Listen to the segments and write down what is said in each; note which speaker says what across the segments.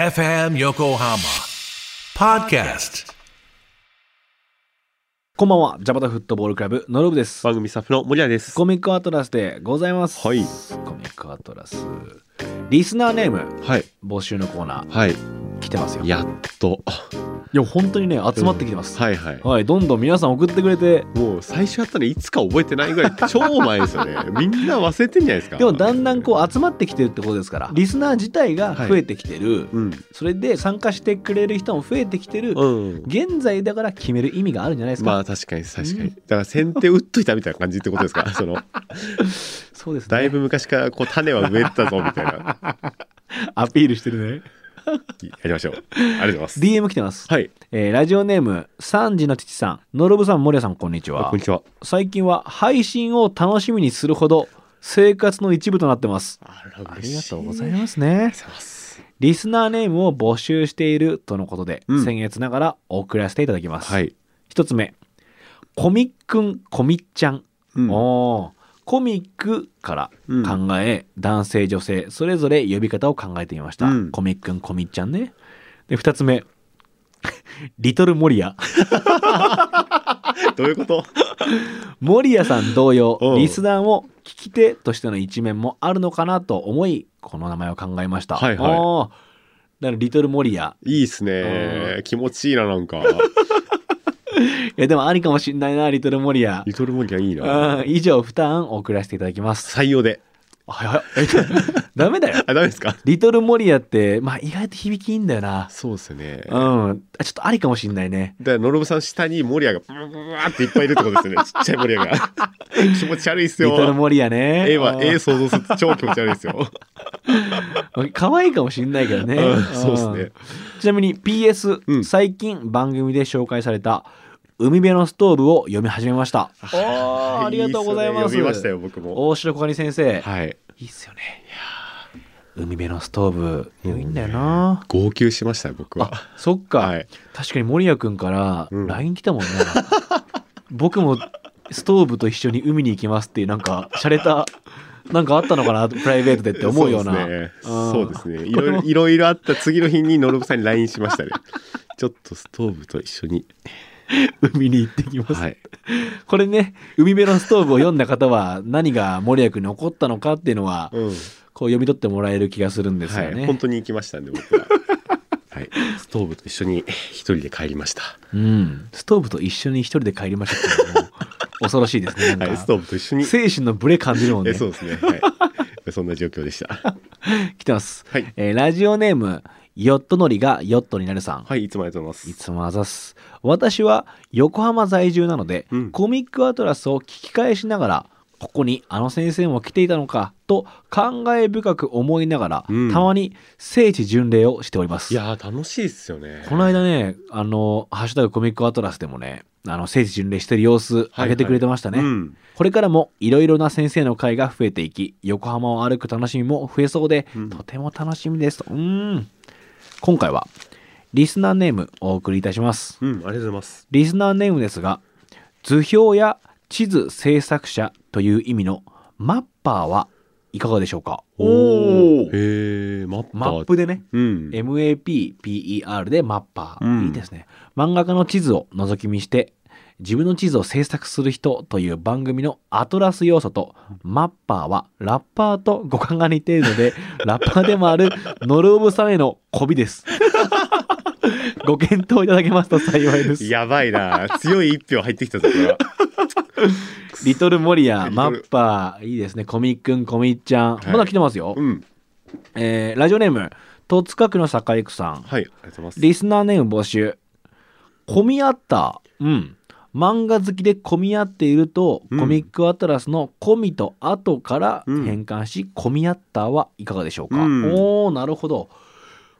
Speaker 1: FM Yokohama Podcast.
Speaker 2: こんばんは、ジャパタフットボールクラブのロブです。
Speaker 3: 番組スタッフの森谷です。
Speaker 2: コミックアトラスでございます。
Speaker 3: はい
Speaker 2: コミックアトラス。リスナーネーム
Speaker 3: はい。
Speaker 2: 募集のコーナー
Speaker 3: はい。
Speaker 2: 来てますよ。い
Speaker 3: やっと。
Speaker 2: や、本当にね、集まってきてます。
Speaker 3: はいはい。
Speaker 2: はい、どんどん皆さん送ってくれて、
Speaker 3: もう最初やったのいつか覚えてないぐらい超前ですよ ね。みんな忘れてんじゃないですか。
Speaker 2: でもだんだんこう集まってきてるってことですから、リスナー自体が増えてきてる、
Speaker 3: う。うん。
Speaker 2: それで参加してくれる人も増えてきてる、
Speaker 3: うん。
Speaker 2: 現在だから決める意味があるんじゃないですか。
Speaker 3: まあ確かに確か
Speaker 2: うん
Speaker 3: に。だから先手打っといたみたいな感じってことです か。その、
Speaker 2: そうですね。
Speaker 3: だいぶ昔からこう種は植えてたぞみたいな。
Speaker 2: アピールして るね。
Speaker 3: やりましょう。ありがとうございます。
Speaker 2: DM 来てます。
Speaker 3: はい。
Speaker 2: えーラジオネーム、サンジの父さん、ノロブさん、森谷さん、こんにちは
Speaker 3: こん。にちは。
Speaker 2: 最近は配信を楽しみにするほど生活の一部となってます。
Speaker 3: あら
Speaker 2: ありがとうござ
Speaker 3: い
Speaker 2: いますね。
Speaker 3: ます。
Speaker 2: リスナーネームを募集しているとのことで、
Speaker 3: うん
Speaker 2: 僭越ながら送らせていただきます。
Speaker 3: はい。
Speaker 2: 一つ目、コミックン、コミッちゃん。
Speaker 3: うん
Speaker 2: おーコミックから考え、男性女性それぞれ呼び方を考えてみました、
Speaker 3: うん
Speaker 2: コミックンコミッちゃんねで2つ目 リトルモリア
Speaker 3: どういうこと
Speaker 2: 森谷さん同様
Speaker 3: うん
Speaker 2: リスナーも聞き手としての一面もあるのかなと思いこの名前を考えました
Speaker 3: はいはい
Speaker 2: おーだからリトルモリア
Speaker 3: いいっす
Speaker 2: う
Speaker 3: ね。気持ちいいな、なんか。
Speaker 2: いやでもありかもしんないなリトルモリア
Speaker 3: リトルモニアいい
Speaker 2: うん
Speaker 3: な。
Speaker 2: 以上2ターン送らせていただきます
Speaker 3: 採用で。
Speaker 2: はいはいえ ダメだよ
Speaker 3: あ、ダメですか
Speaker 2: リトルモリアってまあ意外と響きいいんだよな
Speaker 3: そうですね。
Speaker 2: うんあちょっとありかもしんないね
Speaker 3: だからノロブさん下にモリアがブワーっていっぱいいるってこと ですよねちっちゃいモリアが気持ち悪いっす
Speaker 2: リトル
Speaker 3: よ
Speaker 2: モリアね
Speaker 3: 絵は
Speaker 2: う
Speaker 3: 絵
Speaker 2: ん
Speaker 3: 想像すると超気持ち悪いっすよ
Speaker 2: 可愛いかもしんないけどね
Speaker 3: うんそうっすね
Speaker 2: んちなみに PS、
Speaker 3: うん
Speaker 2: 最近番組で紹介された海辺のストーブを読み始めましたおーありがとうございます
Speaker 3: 読みましたよ僕も
Speaker 2: 大城小谷先生、
Speaker 3: はい
Speaker 2: い、いっすよね海辺のストーブいいんだよな、
Speaker 3: 号泣しましたよ僕は
Speaker 2: あそっか、
Speaker 3: はい
Speaker 2: 確かに守谷君から
Speaker 3: うん
Speaker 2: LINE 来たもんね、僕もストーブと一緒に海に行きますっていうなんか洒落たなんかあったのかなプライベートでって思うような
Speaker 3: そうですねそうですねい
Speaker 2: これ
Speaker 3: ろいろ
Speaker 2: も
Speaker 3: いろいろあった次の日にノロブさんに LINE し ましたねちょっとストーブと一緒に
Speaker 2: 海に行ってきます、
Speaker 3: はい
Speaker 2: これね海辺のストーブを読んだ方は何が守谷君に起こったのかっていうのは
Speaker 3: うん
Speaker 2: こう読み取ってもらえる気がするんです
Speaker 3: は
Speaker 2: よね、
Speaker 3: い本当に行きましたんで僕ははいストーブと一緒に一人で帰りました
Speaker 2: うんストーブと一緒に一人で帰りましたっていう のも恐ろしいですねなん
Speaker 3: は
Speaker 2: か
Speaker 3: いストーブと一緒に
Speaker 2: 精神のブレ感じるもんね
Speaker 3: えそうですね。はい。 そんな状況でした。
Speaker 2: 来てます、
Speaker 3: はい。
Speaker 2: えーラジオネームヨットのりがヨットになるさん、
Speaker 3: はい、いつもありがとうござい
Speaker 2: い
Speaker 3: ます。
Speaker 2: つもあざす。私は横浜在住なので、
Speaker 3: うん
Speaker 2: コミックアトラスを聞き返しながら、ここにあの先生も来ていたのかと感慨深く思いながら、
Speaker 3: うん
Speaker 2: たまに聖地巡礼をしております。
Speaker 3: いやー、楽しいですよね。
Speaker 2: この間ね、あの、ハッシュタグコミックアトラスでもね、あの聖地巡礼してる様子
Speaker 3: は
Speaker 2: 上
Speaker 3: い
Speaker 2: げてくれてましたね。
Speaker 3: うん。
Speaker 2: これからもいろいろな先生の会が増えていき、横浜を歩く楽しみも増えそうで、
Speaker 3: うん
Speaker 2: とても楽しみですと。うーん。今回は、リスナーネームお送りいたします。
Speaker 3: うん、ありがとうございます。
Speaker 2: リスナーネームですが、図表や地図制作者という意味のマッパーはいかがでしょうか
Speaker 3: へー、マッパー。
Speaker 2: マップでね、
Speaker 3: うん。
Speaker 2: MAPPER でマッパー、
Speaker 3: うん
Speaker 2: いいですね。漫画家の地図を覗き見して、自分の地図を制作する人という番組のアトラス要素と、マッパーはラッパーと語感が似ている ので、ラッパーでもあるノルオブさんへの媚び です。ご検討いただけますと幸いです。
Speaker 3: やばいな強い一票入ってきたぞ、こ れは。
Speaker 2: リトルモリア、
Speaker 3: リ
Speaker 2: マ
Speaker 3: トル
Speaker 2: ッパー、いいですね。コミックン、コミッちゃん。
Speaker 3: はい
Speaker 2: まだ来てますよ。
Speaker 3: うん。
Speaker 2: えーラジオネーム、戸塚区の酒井区さん。
Speaker 3: はい、ありがとうございます。
Speaker 2: リスナーネーム募集。混み合った。うん。漫画好きで混み合っていると、
Speaker 3: うん
Speaker 2: コミックアトラスの込みと後から
Speaker 3: うん
Speaker 2: 変換し、混み合ったはいかがでしょうか、
Speaker 3: うん
Speaker 2: おー、なるほど。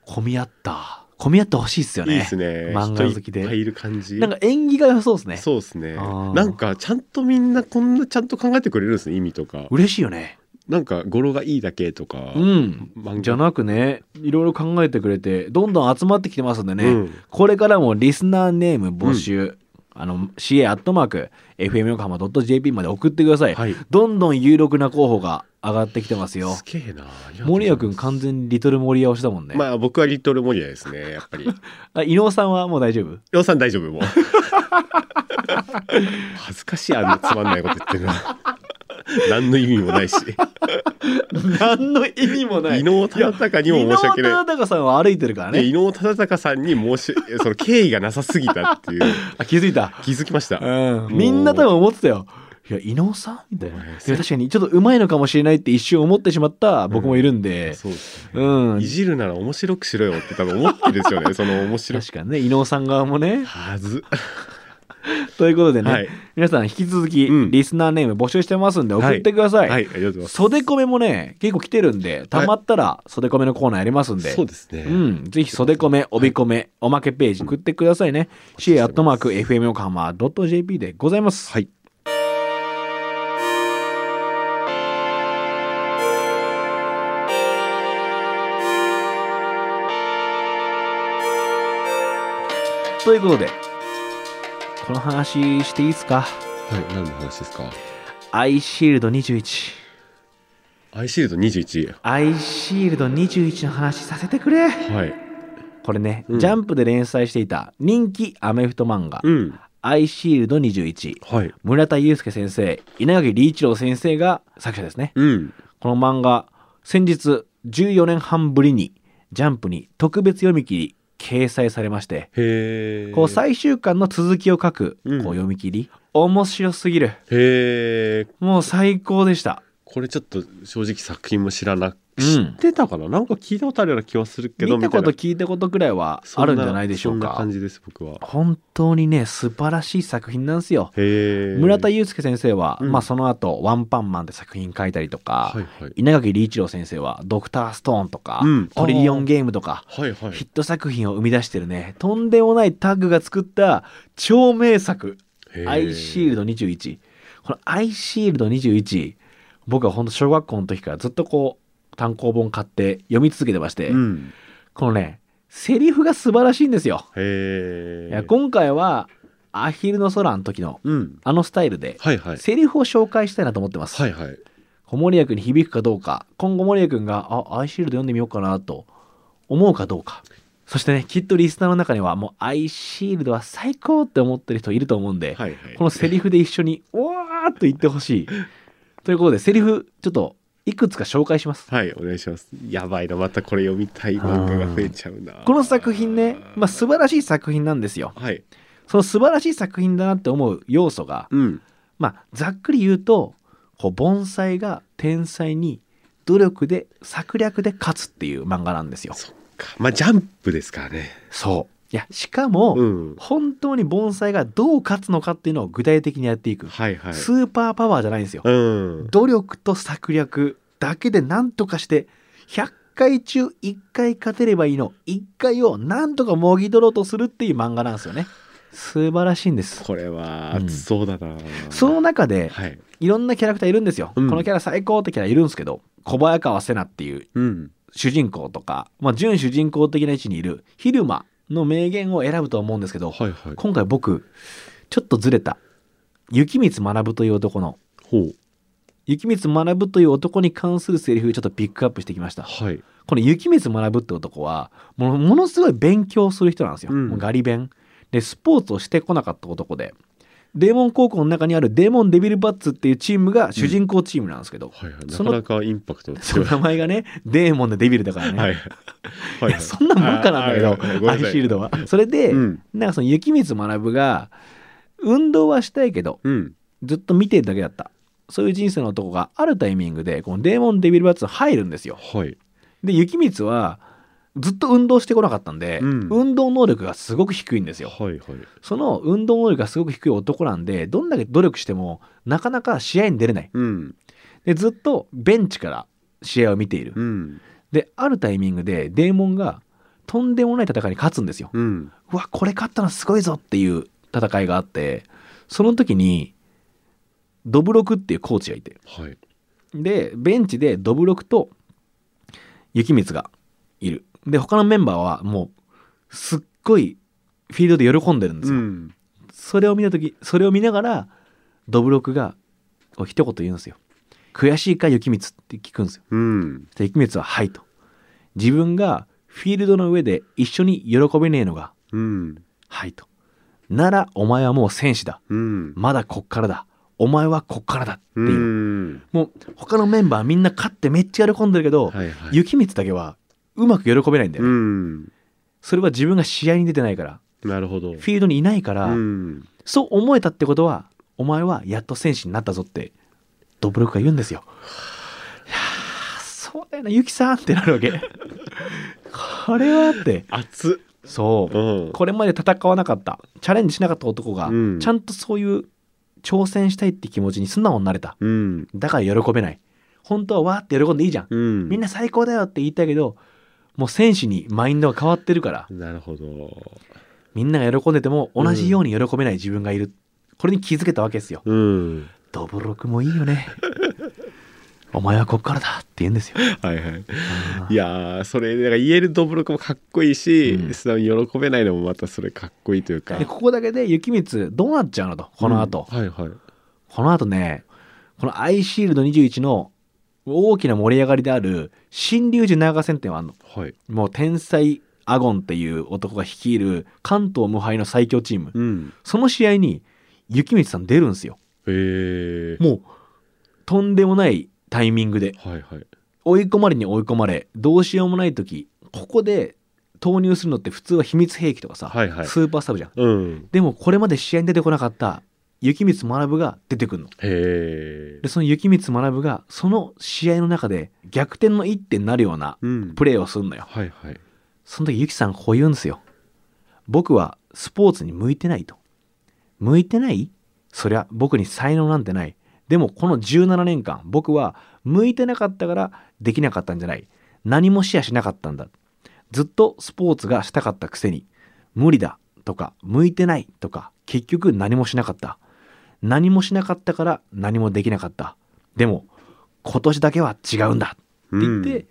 Speaker 2: 混み合った。混み合ってほしいっすよね。
Speaker 3: いいですね。
Speaker 2: 漫画好きで
Speaker 3: 人いっぱいいる感じ。
Speaker 2: なんか縁起が良そうですね。
Speaker 3: そうですね。
Speaker 2: あー
Speaker 3: なんか、ちゃんとみんなこんなちゃんと考えてくれるんですね、意味とか。
Speaker 2: 嬉しいよね。
Speaker 3: なんか、語呂がいいだけとか。
Speaker 2: うん。
Speaker 3: 漫画
Speaker 2: じゃなくね、いろいろ考えてくれて、どんどん集まってきてますんでね、
Speaker 3: うん
Speaker 2: これからもリスナーネーム募集、あの、ca アットマーク、fm 横浜 .jp まで送ってください。
Speaker 3: はい
Speaker 2: どんどん有力な候補が上がってきてますよ
Speaker 3: す。げえな。
Speaker 2: 森谷くん完全にリトル森谷推しだもんね。
Speaker 3: まあ僕はリトルモリアですね、やっぱり。
Speaker 2: あ、伊野尾さんはもう大丈夫
Speaker 3: りょうさん大丈夫もう。 恥ずかしい、あんなつまんないこと言ってるな。何の意味もないし。
Speaker 2: 何の意味もない。
Speaker 3: 伊能忠敬にも申し訳
Speaker 2: 伊
Speaker 3: な
Speaker 2: 能忠敬さんは歩いてるから
Speaker 3: い。で
Speaker 2: ね。
Speaker 3: 伊能忠敬さんに申し、その敬意がなさすぎたって いう、
Speaker 2: あ気づいた。
Speaker 3: 気づきました。
Speaker 2: うん
Speaker 3: もう
Speaker 2: みんな多分思ってたよ。いや、伊能さんみたいな。いや確かにちょっとうまいのかもしれないって一瞬思ってしまった僕もいるんで。
Speaker 3: そうですね。
Speaker 2: うん。
Speaker 3: いじるなら面白くしろよって多分思ってるんですよね。その面白く。
Speaker 2: 確かにね、伊能さん側もね。
Speaker 3: はず。
Speaker 2: ということでね、
Speaker 3: はい
Speaker 2: 皆さん引き続き、
Speaker 3: うん
Speaker 2: リスナーネーム募集してますんで送ってください。
Speaker 3: はい、ありがとうございます。
Speaker 2: 袖コメもね、結構来てるんで、たまったら袖コメのコーナーやりますんで。
Speaker 3: そうですね。
Speaker 2: うん、ぜひ袖コメ、帯コメ、おまけページ送ってくださいね。ca アットマーク fm 横浜 .jp でございます。
Speaker 3: はい。
Speaker 2: ということで、この話していいですか
Speaker 3: はい、何の話ですか
Speaker 2: アイシールド21。
Speaker 3: アイシールド21。
Speaker 2: アイシールド21の話させてくれ。
Speaker 3: はい。
Speaker 2: これね、
Speaker 3: うん
Speaker 2: ジャンプで連載していた人気アメフト漫画、
Speaker 3: うん。
Speaker 2: アイシールド21。
Speaker 3: はい。
Speaker 2: 村田祐介先生、稲垣理一郎先生が作者ですね。
Speaker 3: うん。
Speaker 2: この漫画、先日14年半ぶりにジャンプに特別読み切り掲載されまして、
Speaker 3: へえ。
Speaker 2: こう最終巻の続きを書く、
Speaker 3: うん
Speaker 2: こう読み切り、面白すぎる。
Speaker 3: へえ。
Speaker 2: もう最高でした。
Speaker 3: これちょっと正直作品も知らなく、
Speaker 2: うん
Speaker 3: 知ってたかななんか聞いたことあるような気はするけど
Speaker 2: 見たこと
Speaker 3: みい
Speaker 2: 聞いたことくらいは
Speaker 3: な
Speaker 2: あるんじゃないでしょう
Speaker 3: そんなそんな
Speaker 2: か
Speaker 3: 感。じです僕は
Speaker 2: 本当にね、素晴らしい作品なんですよ。
Speaker 3: へえ
Speaker 2: 村田祐介先生は、
Speaker 3: うん
Speaker 2: まあその後、ワンパンマンって作品書いたりとか、
Speaker 3: はいはい
Speaker 2: 稲垣理一郎先生は、ドクターストーンとか、
Speaker 3: うん
Speaker 2: トリリオンゲームとか、
Speaker 3: はいはい
Speaker 2: ヒット作品を生み出してるね、とんでもないタッグが作った超名作、アイシール
Speaker 3: ド
Speaker 2: ド21。このアイシールド21、僕は本当小学校の時からずっとこう、単行本買って読み続けてまして、
Speaker 3: うん
Speaker 2: このね、セリフが素晴らしいんですよ。
Speaker 3: へえ
Speaker 2: いや今回は、アヒルの空の時の、
Speaker 3: うん
Speaker 2: あのスタイルで、
Speaker 3: はいはい
Speaker 2: セリフを紹介したいなと思ってます。
Speaker 3: はいはい
Speaker 2: 小森谷君に響くかどうか、今後森谷君が、あ、アイシールド読んでみようかなと思うかどうか。そしてね、きっとリスナーの中には、もうアイシールドは最高って思ってる人いると思うんで、
Speaker 3: はいはい
Speaker 2: このセリフで一緒に、おーっと言ってほしい。ということで、セリフ、ちょっと、いくつか紹介します。
Speaker 3: はいお願いしますやばいなまたこれ読みたい漫画が増えちゃうな
Speaker 2: この作品ね、まあ、素晴らしい作品なんですよ。
Speaker 3: はい
Speaker 2: その素晴らしい作品だなって思う要素が、
Speaker 3: うん
Speaker 2: まあ、ざっくり言うと、こう、盆栽が天才に努力で、策略で勝つっていう漫画なんですよ。
Speaker 3: そっかまあジャンプですからね
Speaker 2: そう。いや、しかも、
Speaker 3: うん
Speaker 2: 本当に盆栽がどう勝つのかっていうのを具体的にやっていく。
Speaker 3: はいはい
Speaker 2: スーパーパワーじゃないんですよ。
Speaker 3: うん
Speaker 2: 努力と策略だけで何とかして、100回中1回勝てればいいの、1回を何とかもぎ取ろうとするっていう漫画なんですよね。素晴らしいんです。
Speaker 3: これは熱そうだな
Speaker 2: その中で、
Speaker 3: はい
Speaker 2: いろんなキャラクターいるんですよ。
Speaker 3: うん
Speaker 2: このキャラ最高ってキャラいるんですけど、小早川瀬名っていう
Speaker 3: うん
Speaker 2: 主人公とか、まあ、準主人公的な位置にいる昼間の名言を選ぶと思うんですけど、
Speaker 3: はいはい
Speaker 2: 今回僕、ちょっとずれた、雪光学という男の、
Speaker 3: ほう
Speaker 2: 雪光学という男に関するセリフちょっとピックアップしてきました。
Speaker 3: はい
Speaker 2: この雪光学って男は、もうものすごい勉強する人なんですよ。
Speaker 3: うん
Speaker 2: もうガリ勉。で、スポーツをしてこなかった男で、デーモン高校の中にあるデーモンデビルバッツっていうチームが主人公チームなんですけど、
Speaker 3: はいはい、な
Speaker 2: そ
Speaker 3: か
Speaker 2: の
Speaker 3: なかインパクトの
Speaker 2: その
Speaker 3: い。
Speaker 2: 名前がね、デーモンでデビルだからね。
Speaker 3: はい。はい
Speaker 2: やそんなもんかなんだけど、アイシールド
Speaker 3: は
Speaker 2: は。それ
Speaker 3: い。
Speaker 2: で、
Speaker 3: うん。
Speaker 2: なんかその雪光学が、運動はしたいけど、
Speaker 3: うん。
Speaker 2: ずっと見てるだけだった。そういう人生の男があるタイミングで、このデーモンデビルバッツ入るんですよ。
Speaker 3: はい。
Speaker 2: で、雪光は、ずっと運動してこなかったんで、
Speaker 3: うん
Speaker 2: 運動能力がすごく低いんですよ。
Speaker 3: はいはい。
Speaker 2: その運動能力がすごく低い男なんで、どんだけ努力しても、なかなか試合に出れない。
Speaker 3: うん。
Speaker 2: で、ずっとベンチから試合を見ている。
Speaker 3: うん。
Speaker 2: で、あるタイミングで、デーモンが、とんでもない戦いに勝つんですよ。
Speaker 3: うん。
Speaker 2: うわ、これ勝ったのすごいぞっていう戦いがあって、その時に、ドブロクっていうコーチがいて、
Speaker 3: はい。
Speaker 2: で、ベンチでドブロクと雪光がいる。で、他のメンバーはもう、すっごいフィールドで喜んでるんですよ。
Speaker 3: ん。
Speaker 2: それを見た時それを見ながらどぶろくがこう一言言うんですよ「悔しいか雪光」って聞くんですよ
Speaker 3: うん。
Speaker 2: で雪光は「はい」と自分がフィールドの上で一緒に喜べねえのが
Speaker 3: うん。
Speaker 2: 「はい」とならお前はもう戦士だ
Speaker 3: うん。
Speaker 2: まだこっからだお前はこっからだっていう、
Speaker 3: うん。
Speaker 2: もう他のメンバーみんな勝ってめっちゃ喜んでるけど、
Speaker 3: はいはい。
Speaker 2: 雪光だけはうまく喜べないんだよ
Speaker 3: う
Speaker 2: ね、
Speaker 3: ん。
Speaker 2: それは自分が試合に出てないから
Speaker 3: なるほど。
Speaker 2: フィールドにいないから、
Speaker 3: うん。
Speaker 2: そう思えたってことはお前はやっと戦士になったぞってドブロクが言うんです よ。いやーそうだよなユキさんってなるわけ。 これはって
Speaker 3: 熱っ。。
Speaker 2: そううんこれまで戦わなかったチャレンジしなかった男が、
Speaker 3: うん
Speaker 2: ちゃんとそういう挑戦したいって気持ちに素直になれた
Speaker 3: うん。
Speaker 2: だから喜べない本当はわーって喜んでいいじゃん、
Speaker 3: うん。
Speaker 2: みんな最高だよって言いたいけどもう戦士にマインドが変わってるから
Speaker 3: なるほど。
Speaker 2: みんなが喜んでても同じように喜べない自分がいる、これに気づけたわけですよ
Speaker 3: うん。
Speaker 2: ドブロクもいいよ ねお前はこっからだって言うんですよ
Speaker 3: はいはい。いやーそれだから言えるドブロクもかっこいいし、
Speaker 2: うん
Speaker 3: 素直に喜べないのもまたそれかっこいいというか
Speaker 2: でここだけで雪光どうなっちゃうのとこの後、
Speaker 3: うんはいはい
Speaker 2: この後ねこのアイシールド21の大きな盛り上がりである新龍寺長戦っていうのがあんの
Speaker 3: はい
Speaker 2: もう天才アゴンっていう男が率いる関東無敗の最強チーム
Speaker 3: うん
Speaker 2: その試合に雪光さん出るんですよ
Speaker 3: えー、
Speaker 2: もうとんでもないタイミングで
Speaker 3: はいはい
Speaker 2: 追い込まれに追い込まれどうしようもない時ここで投入するのって普通は秘密兵器とかさ、
Speaker 3: はいはい
Speaker 2: スーパーサブじゃん
Speaker 3: うん
Speaker 2: でもこれまで試合に出てこなかった雪光学が出てくるの
Speaker 3: へえ
Speaker 2: でその雪光学がその試合の中で逆転の一手になるような
Speaker 3: うん
Speaker 2: プレーをするのよ
Speaker 3: はいはい
Speaker 2: その時ゆきさんこう言うんですよ僕はスポーツに向いてないと向いてないそりゃ僕に才能なんてないでもこの17年間僕は向いてなかったからできなかったんじゃない何もシェアしなかったんだずっとスポーツがしたかったくせに無理だとか向いてないとか結局何もしなかった何もしなかったから何もできなかったでも今年だけは違うんだって言って、
Speaker 3: うん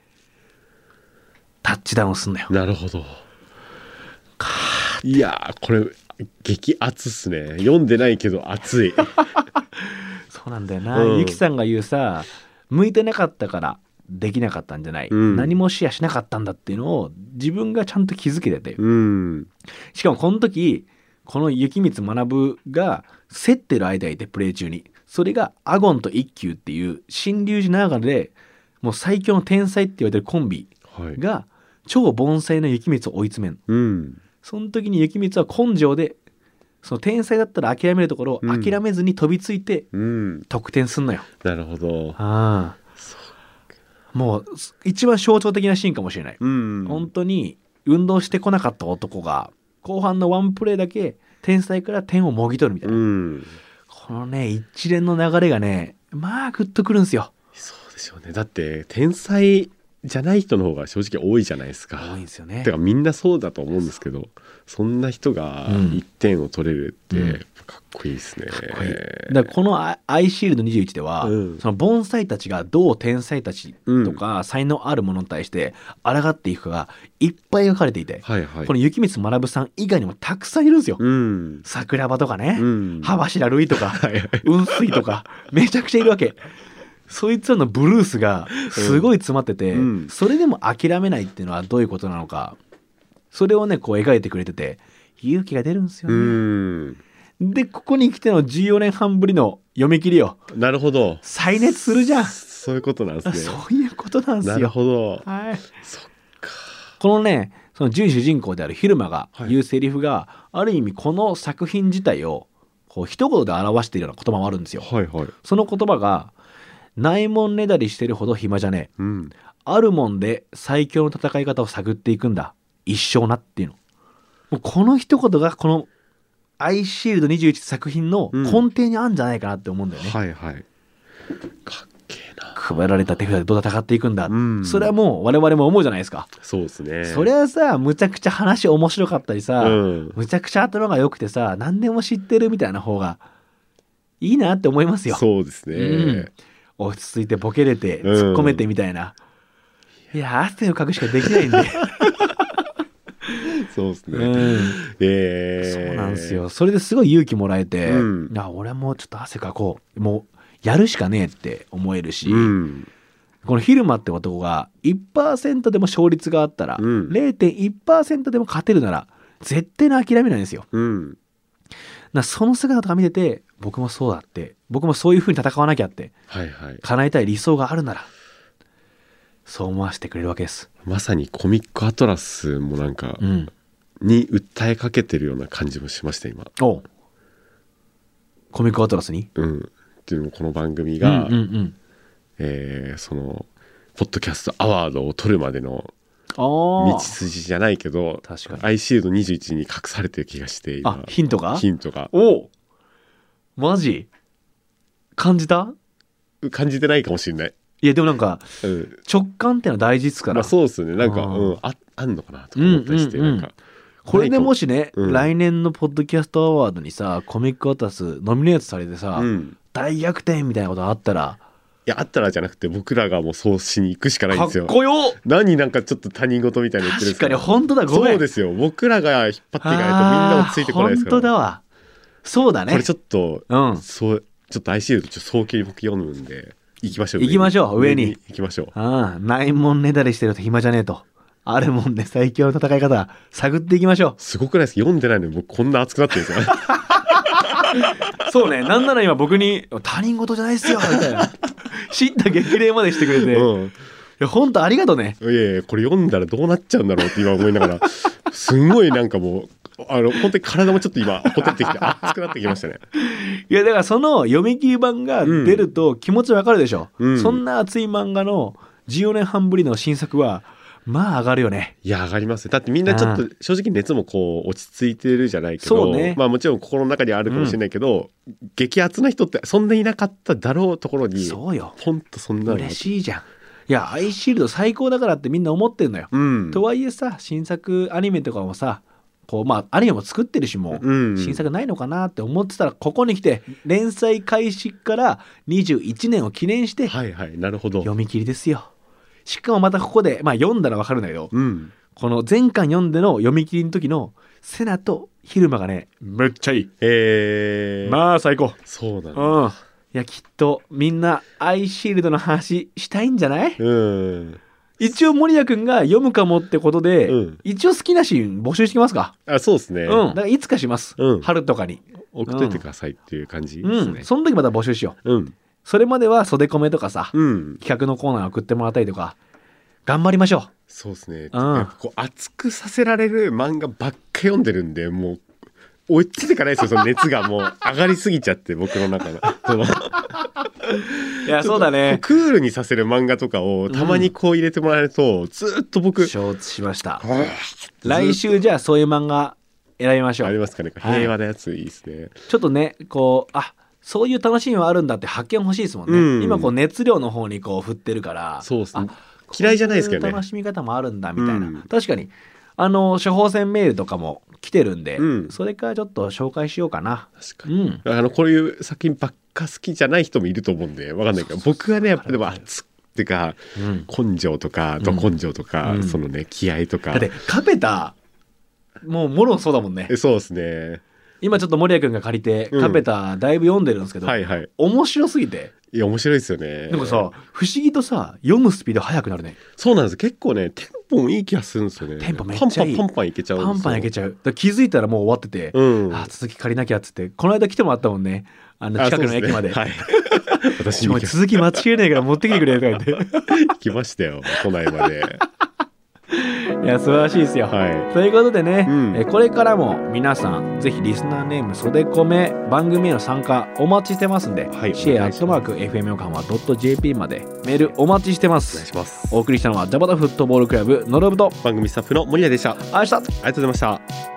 Speaker 2: タッチダウンすんだよ
Speaker 3: なるほどいやーこれ激熱っすね読んでないけど 熱い
Speaker 2: そうなんだよな、
Speaker 3: うん
Speaker 2: ゆきさんが言うさ向いてなかったからできなかったんじゃない、
Speaker 3: うん
Speaker 2: 何もシェアしなかったんだっていうのを自分がちゃんと気づけてて
Speaker 3: うん
Speaker 2: しかもこの時この雪光学が競ってる間いてプレー中にそれがアゴンと一休っていう新龍寺長野でもう最強の天才って言われてるコンビ
Speaker 3: はい
Speaker 2: が超盆栽の雪光を追い詰める
Speaker 3: うん
Speaker 2: その時に雪光は根性でその天才だったら諦めるところを
Speaker 3: うん
Speaker 2: 諦めずに飛びついて
Speaker 3: うん
Speaker 2: 得点すんのよ、
Speaker 3: なるほど
Speaker 2: ああもうす一番象徴的なシーンかもしれない、
Speaker 3: うん
Speaker 2: 本当に運動してこなかった男が後半のワンプレーだけ天才から点をもぎ取るみたいな、
Speaker 3: うん
Speaker 2: このね一連の流れがねまあグッとくるんですよ
Speaker 3: そうでしょうねだって天才じゃない人の方が正直多いじゃないですか
Speaker 2: 多いんですよね
Speaker 3: てかみんなそうだと思うんですけどそんな人が
Speaker 2: うん
Speaker 3: 1点を取れるって、
Speaker 2: うん
Speaker 3: かっこいいですね。か
Speaker 2: かっこいいだからこのア「アイシールド21」では、
Speaker 3: うん
Speaker 2: その盆栽たちがどう天才たちとか、才能あるものに対して抗っていくかがいっぱい書かれていて、
Speaker 3: はいはい。
Speaker 2: この雪光学さん以外にもたくさんいるんですよ、
Speaker 3: うん。
Speaker 2: 桜庭とかね、
Speaker 3: うん。
Speaker 2: 歯柱類 とか、雲水とか、めちゃくちゃいるわけ。そいつらのブルースがすごい詰まってて、
Speaker 3: うんうん
Speaker 2: それでも諦めないっていうのはどういうことなのか、それをね、こう描いてくれてて、勇気が出るんですよ
Speaker 3: う
Speaker 2: ね。
Speaker 3: ん。
Speaker 2: で、ここに来ての14年半ぶりの読み切りを
Speaker 3: なるほど。
Speaker 2: 再熱するじゃん。
Speaker 3: そういうことなんですね。
Speaker 2: そういうことなんで
Speaker 3: な
Speaker 2: す
Speaker 3: る
Speaker 2: よ。
Speaker 3: ほど。
Speaker 2: はい、
Speaker 3: そ
Speaker 2: このね、その準主人公である昼間が
Speaker 3: はい
Speaker 2: 言うセリフが、ある意味この作品自体をこう一言で表しているような言葉もあるんですよ。
Speaker 3: はいはい。
Speaker 2: その言葉が、ないもんねだりしてるほど暇じゃねえ。
Speaker 3: うん。
Speaker 2: あるもんで最強の戦い方を探っていくんだ。一生なっていうの。もうこの一言がこのアイシールド21作品の
Speaker 3: うん
Speaker 2: 根底にあるんじゃないかなって思うんだよね。
Speaker 3: はいはい。かっけえな。
Speaker 2: 配られた手札でどう戦っていくんだ。
Speaker 3: うん
Speaker 2: それはもう我々も思うじゃないですか。
Speaker 3: そうですね。
Speaker 2: そりゃさ、むちゃくちゃ話面白かったりさ、
Speaker 3: うん。
Speaker 2: むちゃくちゃ頭が良くてさ、何でも知ってるみたいな方がいいなって思いますよ。
Speaker 3: そうです
Speaker 2: うん
Speaker 3: ね。
Speaker 2: 落ち着いてボケれて
Speaker 3: うん
Speaker 2: 突っ込めてみたいな、いや汗をかくしかできないんで
Speaker 3: そうです
Speaker 2: う
Speaker 3: ね。
Speaker 2: ん
Speaker 3: え ー
Speaker 2: そうなんです。よ。それですごい勇気もらえて、
Speaker 3: うん
Speaker 2: あ俺はもうちょっと汗かこう。もう、やるしかねえって思えるし、
Speaker 3: うん。
Speaker 2: このヒルマって男が1%でも勝率があったら、
Speaker 3: うん
Speaker 2: 0.1%でも勝てるなら、絶対に諦めないんですよ。
Speaker 3: うん。
Speaker 2: なその姿とか見てて、僕もそうだって、僕もそういう風に戦わなきゃって、
Speaker 3: はいはい。
Speaker 2: 叶えたい理想があるなら、そう思わせてくれるわけです。
Speaker 3: まさにコミックアトラスもなんか
Speaker 2: う、ん。
Speaker 3: に訴えかけてるような感じもしました、今。
Speaker 2: おうコミックアトラスに
Speaker 3: うん。っていうのもこの番組が、
Speaker 2: うんうんうん。
Speaker 3: えーその、ポッドキャストアワードを取るまでの
Speaker 2: あ
Speaker 3: 道
Speaker 2: あ。
Speaker 3: 筋じゃないけど、
Speaker 2: 確かに。
Speaker 3: アイシールド21に隠されてる気がして、
Speaker 2: あ
Speaker 3: 今、
Speaker 2: ヒントが
Speaker 3: ヒントが。
Speaker 2: おおマジ感じた
Speaker 3: 感じてないかもしれない。
Speaker 2: いやでもなんか
Speaker 3: うん。
Speaker 2: 直感ってのは大事ですから、
Speaker 3: まあそうですね。なんか、
Speaker 2: あー
Speaker 3: うん、あ、あんのかなとか思ったりして、
Speaker 2: うんうんうん
Speaker 3: なんか。
Speaker 2: これでもしね、
Speaker 3: うん
Speaker 2: 来年のポッドキャストアワードにさコミックアタスノミネートされてさ、
Speaker 3: うん。
Speaker 2: 大逆転みたいなことあったら
Speaker 3: いや、あったらじゃなくて、僕らがもうそうしに行くしかないん
Speaker 2: か
Speaker 3: ですよ
Speaker 2: っ。こよ
Speaker 3: 何なんかちょっと他人事みたいな言ってる
Speaker 2: 確
Speaker 3: んですけ
Speaker 2: かに
Speaker 3: ど
Speaker 2: 本当だごめん
Speaker 3: そうですよ僕らが引っ張っていかないとみんなもついてこないですか
Speaker 2: あー本当
Speaker 3: ら
Speaker 2: だわそうだね
Speaker 3: これちょっと、
Speaker 2: うん
Speaker 3: そうちょっと ICU とちょっと早急に僕読むんで行きましょう
Speaker 2: 行きましょう上に
Speaker 3: 行きましょう
Speaker 2: ああないもんねだりしてると暇じゃねえとあるもんで最強の戦い方探っていきましょう
Speaker 3: すごくないですか読んでないのに僕こんな熱くなってるんですよ
Speaker 2: そうね、なんなら今僕に、他人事じゃないっすよみたいな。知った激励ま でしてくれて、いや、本当ありがとうね。
Speaker 3: うん、いやいやこれ読んだらどうなっちゃうんだろうって今思いながらすんごいなんかもうあの本当に体もちょっと今ほてってきて熱くなってきましたね
Speaker 2: いや、だからその読み切り版が出ると気持ちわかるでしょ。
Speaker 3: うん
Speaker 2: そんな熱い漫画の14年半ぶりの新作は、まあ上がるよね。
Speaker 3: いや上がりますねだってみんなちょっ
Speaker 2: う
Speaker 3: と正直熱もこう落ち着いてるじゃないけど、
Speaker 2: そうね
Speaker 3: まあもちろん心の中にはあるかもしれないけど、激アツな人ってそんないなかっただろうところに
Speaker 2: そうよ。
Speaker 3: ポンとそんなのが
Speaker 2: 嬉しいじゃん。いや、アイシールド最高だからってみんな思ってんのよ。
Speaker 3: うん
Speaker 2: とはいえさ、新作アニメとかもさ、こうまあ、アニメも作ってるしもう、
Speaker 3: うん
Speaker 2: 新作ないのかなって思ってたらここに来て連載開始から21年を記念して
Speaker 3: はいはいなるほど
Speaker 2: 読み切りですよしかもまたここで、まあ、読んだらわかるんだけど
Speaker 3: うん
Speaker 2: この前巻読んでの読み切りの時のセナとヒルマがねめっちゃいい
Speaker 3: えー、
Speaker 2: まあ最高
Speaker 3: そうなん
Speaker 2: う
Speaker 3: だ
Speaker 2: んいやきっとみんなアイシールドの話したいんじゃない
Speaker 3: うん
Speaker 2: 一応森谷君が読むかもってことで、
Speaker 3: うん
Speaker 2: 一応好きなシーン募集してきますか、
Speaker 3: あそうですね、
Speaker 2: うんだからいつかします、
Speaker 3: うん
Speaker 2: 春とかに
Speaker 3: 送っといてくださいっていう感じで
Speaker 2: う
Speaker 3: す
Speaker 2: ん、
Speaker 3: ね
Speaker 2: その時また募集しよう
Speaker 3: うん
Speaker 2: それまでは袖コメとかさ、
Speaker 3: うん
Speaker 2: 企画のコーナー送ってもらったりとか、頑張りましょ
Speaker 3: そうですね、
Speaker 2: うん
Speaker 3: やっぱこう熱くさせられる漫画ばっか読んでるんでもう追いついていかないですよその熱がもう上がりすぎちゃって僕 の中のその
Speaker 2: う。いや、そうだね。
Speaker 3: クールにさせる漫画とかをたまにこう入れてもらえると、ずーっと僕
Speaker 2: 承知しました。
Speaker 3: あー
Speaker 2: 来週じゃあそういう漫画選びましょ
Speaker 3: あり
Speaker 2: う。
Speaker 3: ますかね
Speaker 2: はい
Speaker 3: 平和なやついいですね、
Speaker 2: ちょっとね、こう、あ、そういう楽しみはあるんだって発見欲しいですもんね。
Speaker 3: うん
Speaker 2: 今こう熱量の方にこう振ってるから。
Speaker 3: そうですね
Speaker 2: あ
Speaker 3: 嫌いじゃないですけどね
Speaker 2: こうう楽しみ方もあるんだみたいな。
Speaker 3: うん
Speaker 2: 確かに。あの、処方箋メールとかも来てるんで、
Speaker 3: うん
Speaker 2: それからちょっと紹介しようかな。
Speaker 3: 確か
Speaker 2: う
Speaker 3: に、
Speaker 2: ん。
Speaker 3: あのこういう作品ばっか好きじゃない人もいると思うんでわかんないけど僕はねやっぱでも熱っていうか
Speaker 2: うん
Speaker 3: 根性とかど根性とか、
Speaker 2: うん
Speaker 3: そのね気合とか、
Speaker 2: だって、カペタ、もうもろそうだもんね。
Speaker 3: えそうですね
Speaker 2: 今ちょっと森谷君が借りて、
Speaker 3: うん
Speaker 2: カペタだいぶ読んでるんですけど、
Speaker 3: はいはい
Speaker 2: 面白すぎて
Speaker 3: いや面白いですよね
Speaker 2: なんかさ不思議とさ読むスピード速くなるね
Speaker 3: そうなんです結構ねテンポもいい気がするんですよね
Speaker 2: テンポめっちゃいい
Speaker 3: パンパンパンパンいけちゃうんです
Speaker 2: パ
Speaker 3: よ
Speaker 2: ンパンいけちゃうだから気づいたらもう終わってて、
Speaker 3: うん
Speaker 2: あ続き借りなきゃっつってこの間来てもらったもんねあの近くの駅まで
Speaker 3: あそうすねはい私
Speaker 2: ちょお
Speaker 3: に行
Speaker 2: 前
Speaker 3: き
Speaker 2: 続き間違えないから持ってきて くれ」とか言って
Speaker 3: 行きましたよ都内まで
Speaker 2: いや素晴らしいですよ、
Speaker 3: は
Speaker 2: ということでね、
Speaker 3: うん
Speaker 2: えこれからも皆さんぜひリスナーネーム袖こめ番組への参加お待ちしてますんで、
Speaker 3: はい
Speaker 2: シェアア
Speaker 3: お願い
Speaker 2: ッ
Speaker 3: し
Speaker 2: トマ
Speaker 3: ま
Speaker 2: ーク FM 横浜 .jp までメールお待ちしてま
Speaker 3: お願い
Speaker 2: す
Speaker 3: します
Speaker 2: お送りしたのはジャパタフットボールクラブのロブと
Speaker 3: 番組スタッフの森谷でしたあり
Speaker 2: 明日
Speaker 3: がとうございました